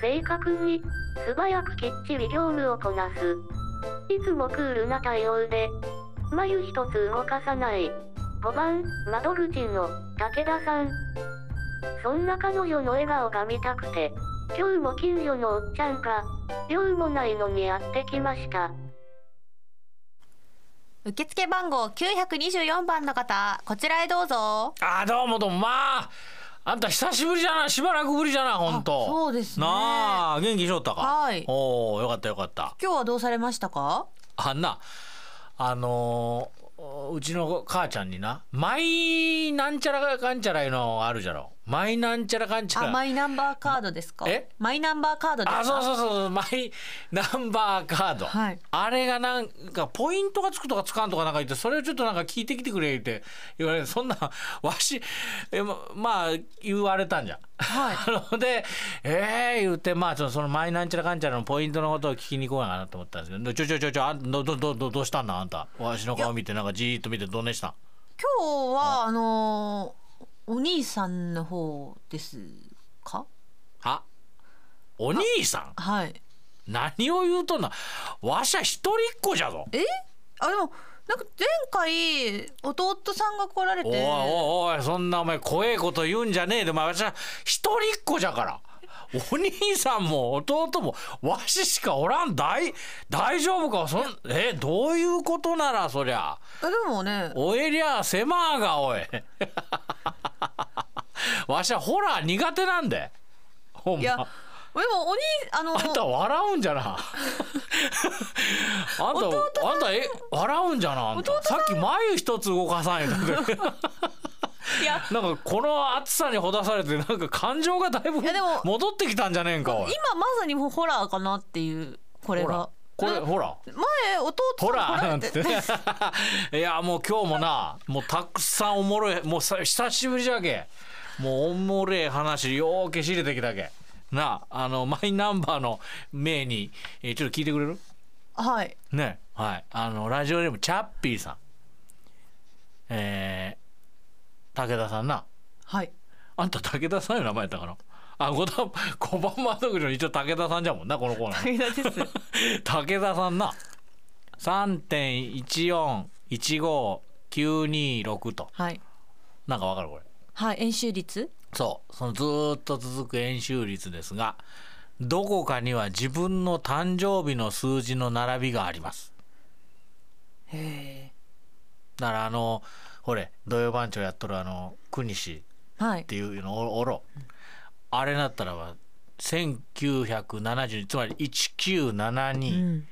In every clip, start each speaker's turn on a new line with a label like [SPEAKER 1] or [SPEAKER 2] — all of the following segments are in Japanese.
[SPEAKER 1] 正確に、素早くきっちり業務をこなす。いつもクールな対応で、眉一つ動かさない。5番、窓口の武田さん。そんな彼女の笑顔が見たくて、今日も近所のおっちゃんが、用もないのにやってきました。
[SPEAKER 2] 受付番号924番の方、こちらへどうぞ。
[SPEAKER 3] あーどうもどうもまああんた久しぶりじゃなしばらくぶりじゃなほんと
[SPEAKER 2] あそうですね
[SPEAKER 3] なあ元気しとったか
[SPEAKER 2] はい
[SPEAKER 3] おおよかったよかった
[SPEAKER 2] 今日はどうされましたか
[SPEAKER 3] あんなあのーうちの母ちゃんにな「マイなんちゃらかんちゃら」いうのあるじゃろ「マイなんちゃらかんちゃ
[SPEAKER 2] あ、
[SPEAKER 3] ら」
[SPEAKER 2] マイナンバーカードですか
[SPEAKER 3] え
[SPEAKER 2] マイナンバーカードですか
[SPEAKER 3] あそうそうそうそうマイナンバーカード、
[SPEAKER 2] はい
[SPEAKER 3] あれがなんかポイントがつくとかつかんとかなんか言ってそれをちょっとなんか聞いてきてくれって言われてそんなわしえままあ言われたんじゃん。
[SPEAKER 2] はい
[SPEAKER 3] なのでええー、言ってまあちょそのマイなんちゃらかんちゃらのポイントのことを聞きに行こうやかなと思ったんですけどちょちょちょちょあんどどどどどうしたんだあんたわしの顔見てなんかじーっと見てどうねしたん
[SPEAKER 2] 今日は、あのーお兄さんの方ですか
[SPEAKER 3] はお兄さ
[SPEAKER 2] はい。
[SPEAKER 3] ん何を言うとんなわしは一人っ子じゃぞ。
[SPEAKER 2] えあ、でも、なんか前回、弟さんが来られて。
[SPEAKER 3] おいおいおいそんなお前怖えこと言うんじゃねえでお前私は一人っ子じゃからお兄さんも弟もわししかおらん大大丈夫かそんえどういうことならそりゃ
[SPEAKER 2] あでもね、
[SPEAKER 3] おえりゃ狭がおいわしはホラー苦手なんでほん
[SPEAKER 2] いや、で
[SPEAKER 3] ま
[SPEAKER 2] もお兄、あの、
[SPEAKER 3] あんた笑うんじ ゃなあん
[SPEAKER 2] 弟
[SPEAKER 3] たあんたえ笑うんじゃなあんた
[SPEAKER 2] 弟
[SPEAKER 3] さっき眉一つ動かさん よ
[SPEAKER 2] いや、
[SPEAKER 3] なんかこの暑さにほだされてなんか感情がだいぶ
[SPEAKER 2] やでも
[SPEAKER 3] 戻ってきたんじゃねえんかおい
[SPEAKER 2] 今まさにもうホラーかなっていう、これ
[SPEAKER 3] ほ
[SPEAKER 2] が
[SPEAKER 3] ら。これ
[SPEAKER 2] な
[SPEAKER 3] ほら
[SPEAKER 2] 前、弟さん
[SPEAKER 3] ほら
[SPEAKER 2] 来
[SPEAKER 3] な
[SPEAKER 2] ら
[SPEAKER 3] ん
[SPEAKER 2] れ。
[SPEAKER 3] つってて いやもう今日もなもうたくさんおもろいもうさ久しぶりじゃけもうおもれえ話ようけしれてきたけなああのマイナンバーの名に、えーちょっと聞いてくれる
[SPEAKER 2] はい。
[SPEAKER 3] ねはいあのラジオネームチャッピーさんえー、武田さんな
[SPEAKER 2] はい。
[SPEAKER 3] あんた武田さんの名前やったかなあ、五番、五番窓口の一応武田さんじゃもんな、このコーナ
[SPEAKER 2] 武
[SPEAKER 3] ー。
[SPEAKER 2] 田です。
[SPEAKER 3] 武田さんな。三点一四一五九二六と。
[SPEAKER 2] はい。
[SPEAKER 3] なんかわかるこれ。
[SPEAKER 2] はい、演習率
[SPEAKER 3] そう。そのずーっと続く円周率ですが、どこかには自分の誕生日の数字の並びがあります。
[SPEAKER 2] へ
[SPEAKER 3] だからあの、ほれ、土曜番長やっとるあの、国西
[SPEAKER 2] え。は
[SPEAKER 3] っ
[SPEAKER 2] い。
[SPEAKER 3] ていうのをおろあれなったらば1970つまり
[SPEAKER 2] う
[SPEAKER 3] 19720112、
[SPEAKER 2] ん。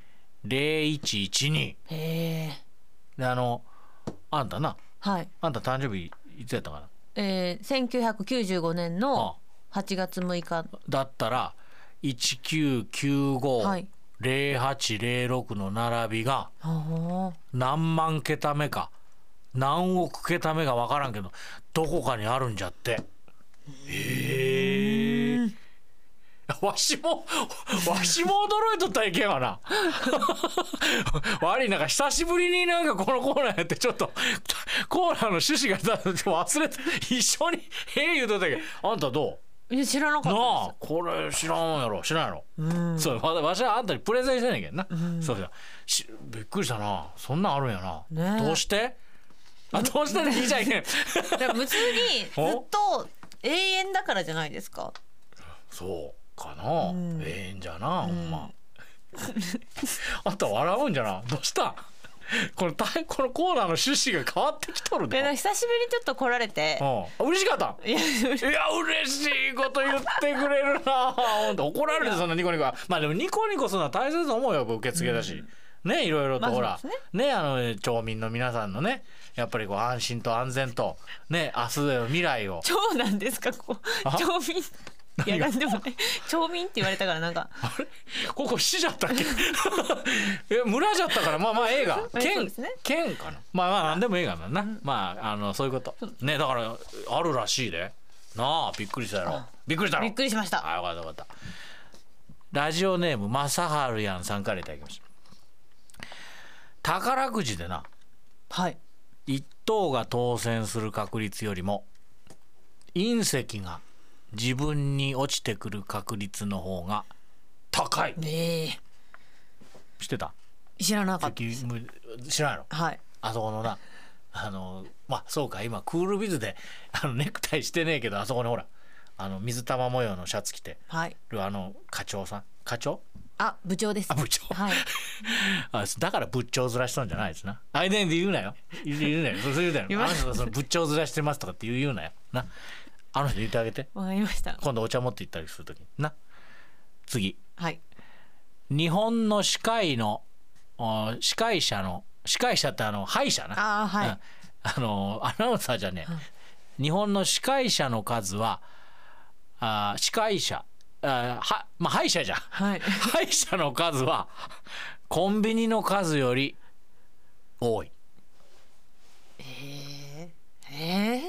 [SPEAKER 3] 0112
[SPEAKER 2] へえ。
[SPEAKER 3] であのあんたな
[SPEAKER 2] はい。
[SPEAKER 3] あんた誕生日いつやったかな
[SPEAKER 2] えー、1995年の8月6日。
[SPEAKER 3] だったら
[SPEAKER 2] はい
[SPEAKER 3] 19950806の並びが
[SPEAKER 2] あ
[SPEAKER 3] 何万桁目か何億桁目か分からんけどどこかにあるんじゃって。へえ。 わしもわしも驚いとった意見はな 悪いなんか久しぶりになんかこのコーナーやってちょっと コーナーの趣旨がだ 忘れて一緒に 「へえ」言うとったけどあんたど
[SPEAKER 2] あ。いや、知らな
[SPEAKER 3] う
[SPEAKER 2] か
[SPEAKER 3] な
[SPEAKER 2] っ
[SPEAKER 3] あこれ知らんやろ知らんやろ
[SPEAKER 2] たです。うん。
[SPEAKER 3] そうわわしはあんたにプレゼンしてんねんけどな、そうじゃしびっくりしたなそんなんあるんやな、
[SPEAKER 2] ねえ
[SPEAKER 3] どうしてあどうしてねいいじゃん けん
[SPEAKER 2] だから普通にずっ
[SPEAKER 3] お
[SPEAKER 2] と永遠だからじゃないですか。
[SPEAKER 3] そうかな、
[SPEAKER 2] うん
[SPEAKER 3] ええんじゃなほんま、 あんた笑うんじゃなどうしたんこのたこのコーナーの趣旨が変わってきとる
[SPEAKER 2] いやだから
[SPEAKER 3] ね
[SPEAKER 2] 久しぶりにちょっと来られて
[SPEAKER 3] う。んあ嬉しかった
[SPEAKER 2] いや
[SPEAKER 3] いや嬉しいこと言ってくれるなほんと怒られるそんなニコニコはまあでもニコニコするのは大切と思うよやっぱ受付だし、ねいろいろと
[SPEAKER 2] まあ
[SPEAKER 3] ほら、
[SPEAKER 2] そうで
[SPEAKER 3] ねあの町民の皆さんのねやっぱりこう安心と安全とね明日への未来を
[SPEAKER 2] 町なんですかここ
[SPEAKER 3] あ
[SPEAKER 2] 町民いやなんでもね町民って言われたからなんか
[SPEAKER 3] ここ市じゃったっけ え村じゃったからまあまあ映画
[SPEAKER 2] まあそう
[SPEAKER 3] 県、
[SPEAKER 2] ですね
[SPEAKER 3] 県かなまあまあ何でも映画だな、まああのそういうことねだからあるらしいでなあびっくりしたやろびっくりしたろ
[SPEAKER 2] びっくりしました。
[SPEAKER 3] あよかったよかったラジオネームまさはるやんさんからいただきました宝くじでな
[SPEAKER 2] はい。
[SPEAKER 3] 一等が当選する確率よりも隕石が自分に落ちてくる確率の方が高い
[SPEAKER 2] ね
[SPEAKER 3] 知ってた
[SPEAKER 2] え知らなかった
[SPEAKER 3] 敵無知らないの
[SPEAKER 2] はい
[SPEAKER 3] あそこのなあのまあそうか今クールビズであのネクタイしてねえけどあそこにほらあの水玉模様のシャツ着て
[SPEAKER 2] はい
[SPEAKER 3] るあの課長さん課長
[SPEAKER 2] あ部長です
[SPEAKER 3] あ部長
[SPEAKER 2] はい
[SPEAKER 3] あだから仏頂ずらしたんじゃないですな。あいでんで言うなよ。言う言うなよ。そうそう言うなよ。
[SPEAKER 2] 言
[SPEAKER 3] あ
[SPEAKER 2] わ
[SPEAKER 3] の
[SPEAKER 2] ない
[SPEAKER 3] 人がその仏頂ずらしてますとかって言う言うなよ。な。あの人言ってあげて。
[SPEAKER 2] わかりました
[SPEAKER 3] 今度お茶持って行ったりするときに。な。次。
[SPEAKER 2] はい
[SPEAKER 3] 日本の歯科医の、あ司会者の、司会者ってあの、歯医者な。
[SPEAKER 2] ああはい、
[SPEAKER 3] うんあの、アナウンサーじゃねえ。日本の司会者の数は、あ司会者、あは、まあ、歯医者じゃん。
[SPEAKER 2] はい
[SPEAKER 3] 歯医者の数はコンビニの数より多い
[SPEAKER 2] えー、えー、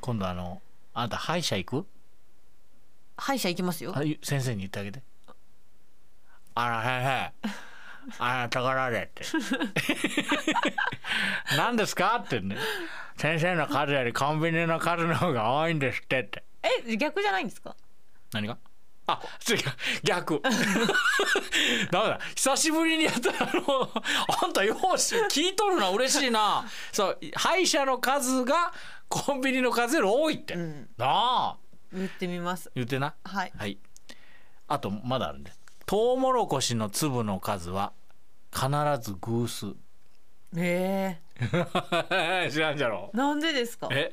[SPEAKER 3] 今度あのあなた歯医者行く
[SPEAKER 2] 歯医者行きますよ
[SPEAKER 3] あゆ先生に言ってあげてあら先生あなたからでって 何ですかってね先生の数よりコンビニの数の方が多いんですってって
[SPEAKER 2] え逆じゃないんですか
[SPEAKER 3] 何があ違う 逆ダメだ久しぶりにやったらあのあんたようし聞いとるな嬉しいなそう歯医者の数がコンビニの数より多いって、
[SPEAKER 2] ん
[SPEAKER 3] なあ
[SPEAKER 2] 言ってみます
[SPEAKER 3] 言ってな
[SPEAKER 2] はい
[SPEAKER 3] はいあとまだあるんですトウモロコシの粒の数は必ず偶数
[SPEAKER 2] え
[SPEAKER 3] 知らんじゃろ
[SPEAKER 2] ー、なんでですか
[SPEAKER 3] え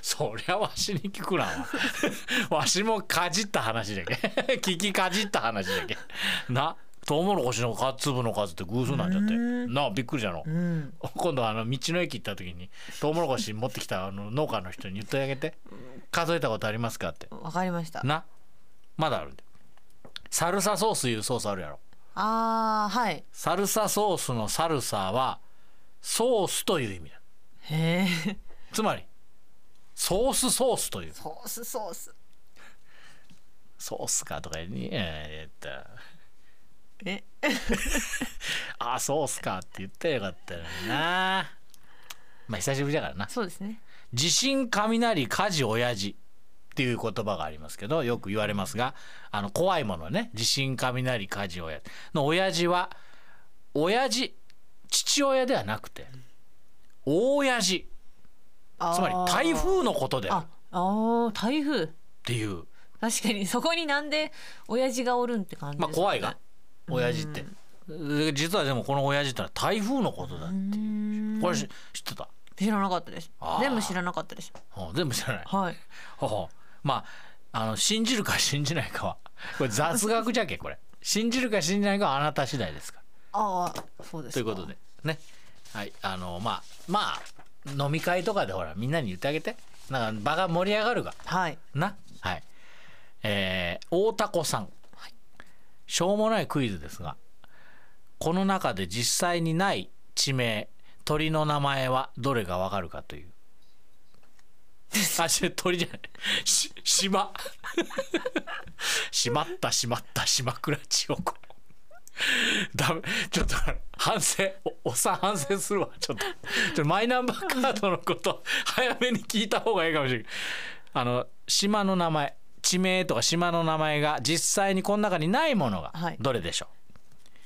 [SPEAKER 3] そりゃわしに聞くな わわしもかじった話じゃけ 聞きかじった話じゃけなトウモロコシのか粒の数って偶数なんじゃって
[SPEAKER 2] うん
[SPEAKER 3] なあびっくりじゃろ
[SPEAKER 2] うん
[SPEAKER 3] 今度あの道の駅行った時にトウモロコシ持ってきたあの農家の人に言ってあげて数えたことありますかって
[SPEAKER 2] わかりました
[SPEAKER 3] なまだあるんだよサルサソースいうソースあるやろ
[SPEAKER 2] ああはい
[SPEAKER 3] サルサソースのサルサはソースという意味だ
[SPEAKER 2] へえ
[SPEAKER 3] つまりソースソースという
[SPEAKER 2] ソースソース
[SPEAKER 3] ソースかとかに、えーえっ
[SPEAKER 2] え
[SPEAKER 3] と、 あ、ソースかって言ったらよかったのにな。まあ、久しぶりだからな。
[SPEAKER 2] そうですね
[SPEAKER 3] 地震、雷、火事、親父っていう言葉がありますけど、よく言われますが、あの、怖いものね。地震、雷、火事、親父の親父は、親父、父親ではなくて、大親父、
[SPEAKER 2] あー
[SPEAKER 3] つまり台風のことである
[SPEAKER 2] ああー台風
[SPEAKER 3] っていう、
[SPEAKER 2] 確かにそこになんで親父がおるんって感じです
[SPEAKER 3] まあ、
[SPEAKER 2] ね
[SPEAKER 3] 怖いが、親父って。実はでもこの親父ってのは台風のことだ
[SPEAKER 2] う。ーん
[SPEAKER 3] これし知ってた
[SPEAKER 2] 知らなかったです
[SPEAKER 3] あー
[SPEAKER 2] 全部知らなかったです
[SPEAKER 3] うん全部知らない。
[SPEAKER 2] はい
[SPEAKER 3] ほうほうまああの信じるか信じないかはこれ雑学じゃけこれ信じるか信じないかはあなた次第ですから
[SPEAKER 2] ああそうです
[SPEAKER 3] ということでねはいあのまあまあ飲み会とかでほらみんなに言ってあげてなんか場が盛り上がるが
[SPEAKER 2] はい
[SPEAKER 3] なはいえー大田子さん、しょうもないクイズですがこの中で実際にない地名鳥の名前はどれがわかるかというあし鳥じゃないし島しまったしまった島倉千代子ダメちょっと反省おおっさん反省するわちょっとちょっとマイナンバーカードのこと早めに聞いた方がいいかもしれないあの島の名前地名とか島の名前が実際にこの中にないものが
[SPEAKER 2] はい
[SPEAKER 3] どれでしょう、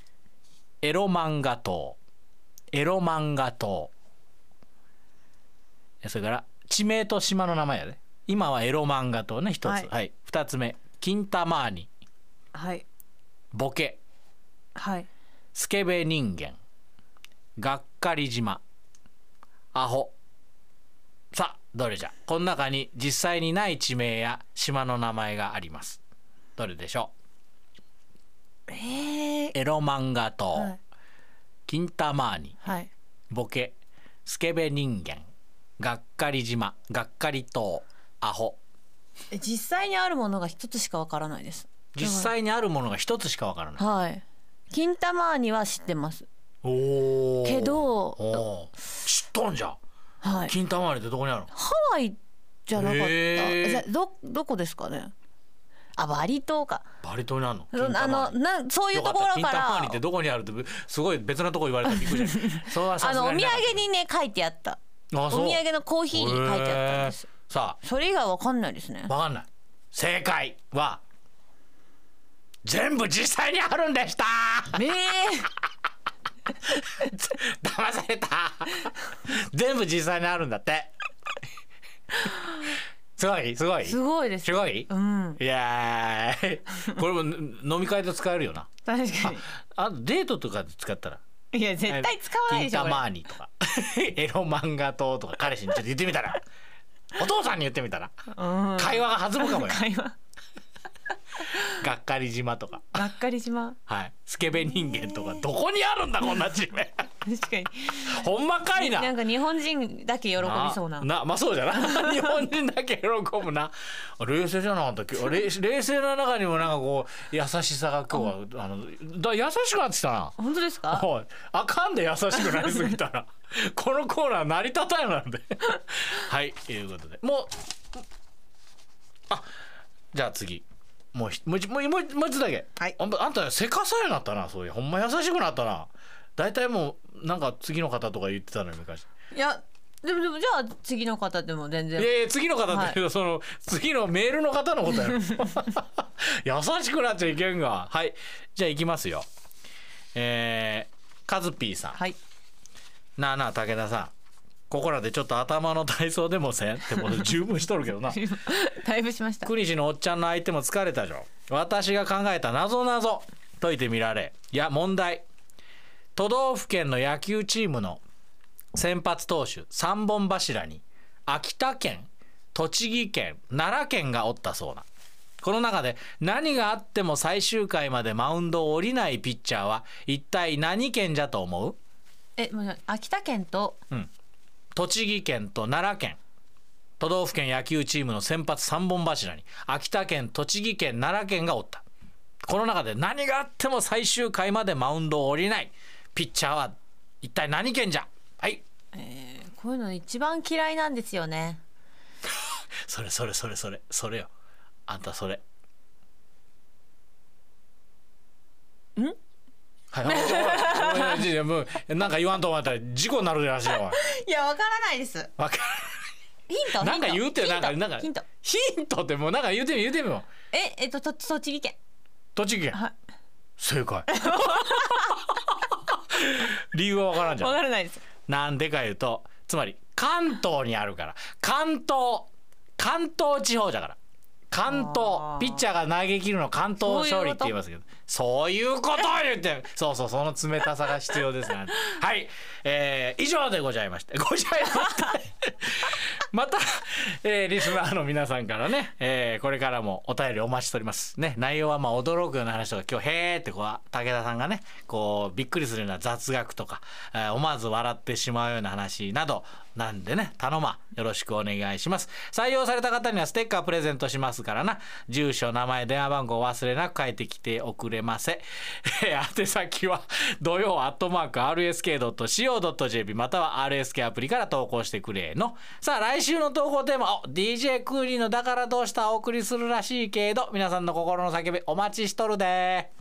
[SPEAKER 3] エロ漫画島エロ漫画島えそれから地名と島の名前やで今はエロ漫画島ね一つは、
[SPEAKER 2] はいい
[SPEAKER 3] 二つ目金玉マーニ
[SPEAKER 2] はい
[SPEAKER 3] ボケ
[SPEAKER 2] はい
[SPEAKER 3] スケベ人間がっかり島アホさあどれじゃこの中に実際にない地名や島の名前がありますどれでしょ
[SPEAKER 2] ええ
[SPEAKER 3] うエロ漫画島、
[SPEAKER 2] はい
[SPEAKER 3] 金玉マーニ
[SPEAKER 2] はい
[SPEAKER 3] ボケスケベ人間がっかり島がっかり島アホ
[SPEAKER 2] え実際にあるものが一つしかわからないです
[SPEAKER 3] 実際にあるものが一つしかわからない
[SPEAKER 2] はい金玉には知ってます
[SPEAKER 3] おー
[SPEAKER 2] けど
[SPEAKER 3] おー知っとんじゃん
[SPEAKER 2] はい
[SPEAKER 3] 金玉マーニってどこにあるの
[SPEAKER 2] ハワイじゃなかった、
[SPEAKER 3] へー
[SPEAKER 2] じゃどどこですかねあバリ島か
[SPEAKER 3] バリ島にあるの金
[SPEAKER 2] あ
[SPEAKER 3] 玉マー
[SPEAKER 2] の
[SPEAKER 3] ニ
[SPEAKER 2] なそういうところ
[SPEAKER 3] よ
[SPEAKER 2] か
[SPEAKER 3] った金玉
[SPEAKER 2] ら
[SPEAKER 3] にってどこにあるってすごい別なとこ言わ れたらびっくりじゃないそれはさ
[SPEAKER 2] あ
[SPEAKER 3] す
[SPEAKER 2] のお
[SPEAKER 3] が
[SPEAKER 2] 土産
[SPEAKER 3] になかった
[SPEAKER 2] にね書いてあった
[SPEAKER 3] あ
[SPEAKER 2] お
[SPEAKER 3] そう
[SPEAKER 2] 土産のコーヒーに書いてあったんです
[SPEAKER 3] へーさ
[SPEAKER 2] それ以外わかんないですね
[SPEAKER 3] あわかんない正解は全部実際にあるんでした
[SPEAKER 2] ええ
[SPEAKER 3] 騙された全部実際にあるんだってすごいすごい
[SPEAKER 2] すごいです
[SPEAKER 3] すごい
[SPEAKER 2] うん
[SPEAKER 3] いや ーこれも飲み会で使えるよな
[SPEAKER 2] 確か
[SPEAKER 3] あデートとかで使ったら
[SPEAKER 2] にいや絶対使わないでしょ
[SPEAKER 3] キ
[SPEAKER 2] こ
[SPEAKER 3] ンタ
[SPEAKER 2] れ
[SPEAKER 3] マーニとかエロ漫画党とか彼氏にちょっと言ってみたらお父さんに言ってみたら
[SPEAKER 2] うん
[SPEAKER 3] 会話が弾むかもよ
[SPEAKER 2] 会話
[SPEAKER 3] がっかり島とか
[SPEAKER 2] がっかり島
[SPEAKER 3] はいスケベ人間とかどこにあるんだこんな地 名
[SPEAKER 2] 確かに
[SPEAKER 3] ほんまかいな
[SPEAKER 2] なんか日本人だけ喜びそうな
[SPEAKER 3] なまあそうじ ゃな日本人だけ喜ぶな冷静じゃなかった冷冷静な中にもなんかこう優しさが今日はあのだ優しくなってきたな
[SPEAKER 2] 本当ですか
[SPEAKER 3] おいあかんで優しくなりすぎたら このコーナー成り立たんなんで はいということでもうあじゃあ次もうひもう一もう一もう一もう一つだけ、
[SPEAKER 2] はい
[SPEAKER 3] あんたあんたせかさようになったなそういうほんま優しくなったな大体もうなんか次の方とか言ってたのよ昔
[SPEAKER 2] いやでもでもじゃあ次の方でも全然
[SPEAKER 3] いやいや次の方っていうか、その次のメールの方のことやろ 優しくなっちゃいけんがはいじゃあいきますよえー、カズピーさん
[SPEAKER 2] はい
[SPEAKER 3] なあなあ武田さんここらでちょっと頭の体操でもせんってもう十分しとるけどな
[SPEAKER 2] だいぶしました
[SPEAKER 3] 国士のおっちゃんの相手も疲れたじょ私が考えた謎謎解いてみられいや問題都道府県の野球チームの先発投手3本柱に秋田県栃木県奈良県がおったそうなこの中で何があっても最終回までマウンドを降りないピッチャーは一体何県じゃと思う
[SPEAKER 2] えもう秋田県と
[SPEAKER 3] 栃木県と奈良県都道府県野球チームの先発3本柱に秋田県栃木県奈良県がおったこの中で何があっても最終回までマウンドを降りないピッチャーは一体何県じゃはい
[SPEAKER 2] こういうの一番嫌いなんですよね
[SPEAKER 3] それそれそれそれそれよあんたそれんはいおいおいおいおいおいおいもうなんか言わんと思ったら事故になるらしいよお
[SPEAKER 2] い
[SPEAKER 3] い
[SPEAKER 2] やわからないです
[SPEAKER 3] わか
[SPEAKER 2] ヒント
[SPEAKER 3] なんか言うてよ
[SPEAKER 2] ヒ
[SPEAKER 3] な
[SPEAKER 2] ン
[SPEAKER 3] ん
[SPEAKER 2] ト
[SPEAKER 3] かなんか
[SPEAKER 2] ヒント
[SPEAKER 3] ヒントってもうなんか言うてみ言うてみよ
[SPEAKER 2] ええっとと栃木県
[SPEAKER 3] 栃木県
[SPEAKER 2] はい
[SPEAKER 3] 正解 理由は分からんじゃ
[SPEAKER 2] わ
[SPEAKER 3] ん
[SPEAKER 2] からないです
[SPEAKER 3] なんでか言うとつまり関東にあるから関東関東地方じゃから関
[SPEAKER 2] あ
[SPEAKER 3] 東
[SPEAKER 2] ー
[SPEAKER 3] ピッチャーが投げ切るの関東勝利って言いますけどそういうことを言ってそうそうその冷たさが必要ですねはい、えー、以上でございましてございまして また、えーリスナーの皆さんからね、えーこれからもお便りお待ちしておりますね内容はまあ驚くような話とか今日「へえ」ってこう武田さんがねこうびっくりするような雑学とか、えー思わず笑ってしまうような話などなんでね頼まよろしくお願いします採用された方にはステッカープレゼントしますからな住所名前電話番号忘れなく書いてきておくれませ、えー宛先は 土曜アットマーク RSK.CO.JP または RSK アプリから投稿してくれのさあ来週の投稿テーマお DJ クーリーのだからどうしたお送りするらしいけど皆さんの心の叫びお待ちしとるで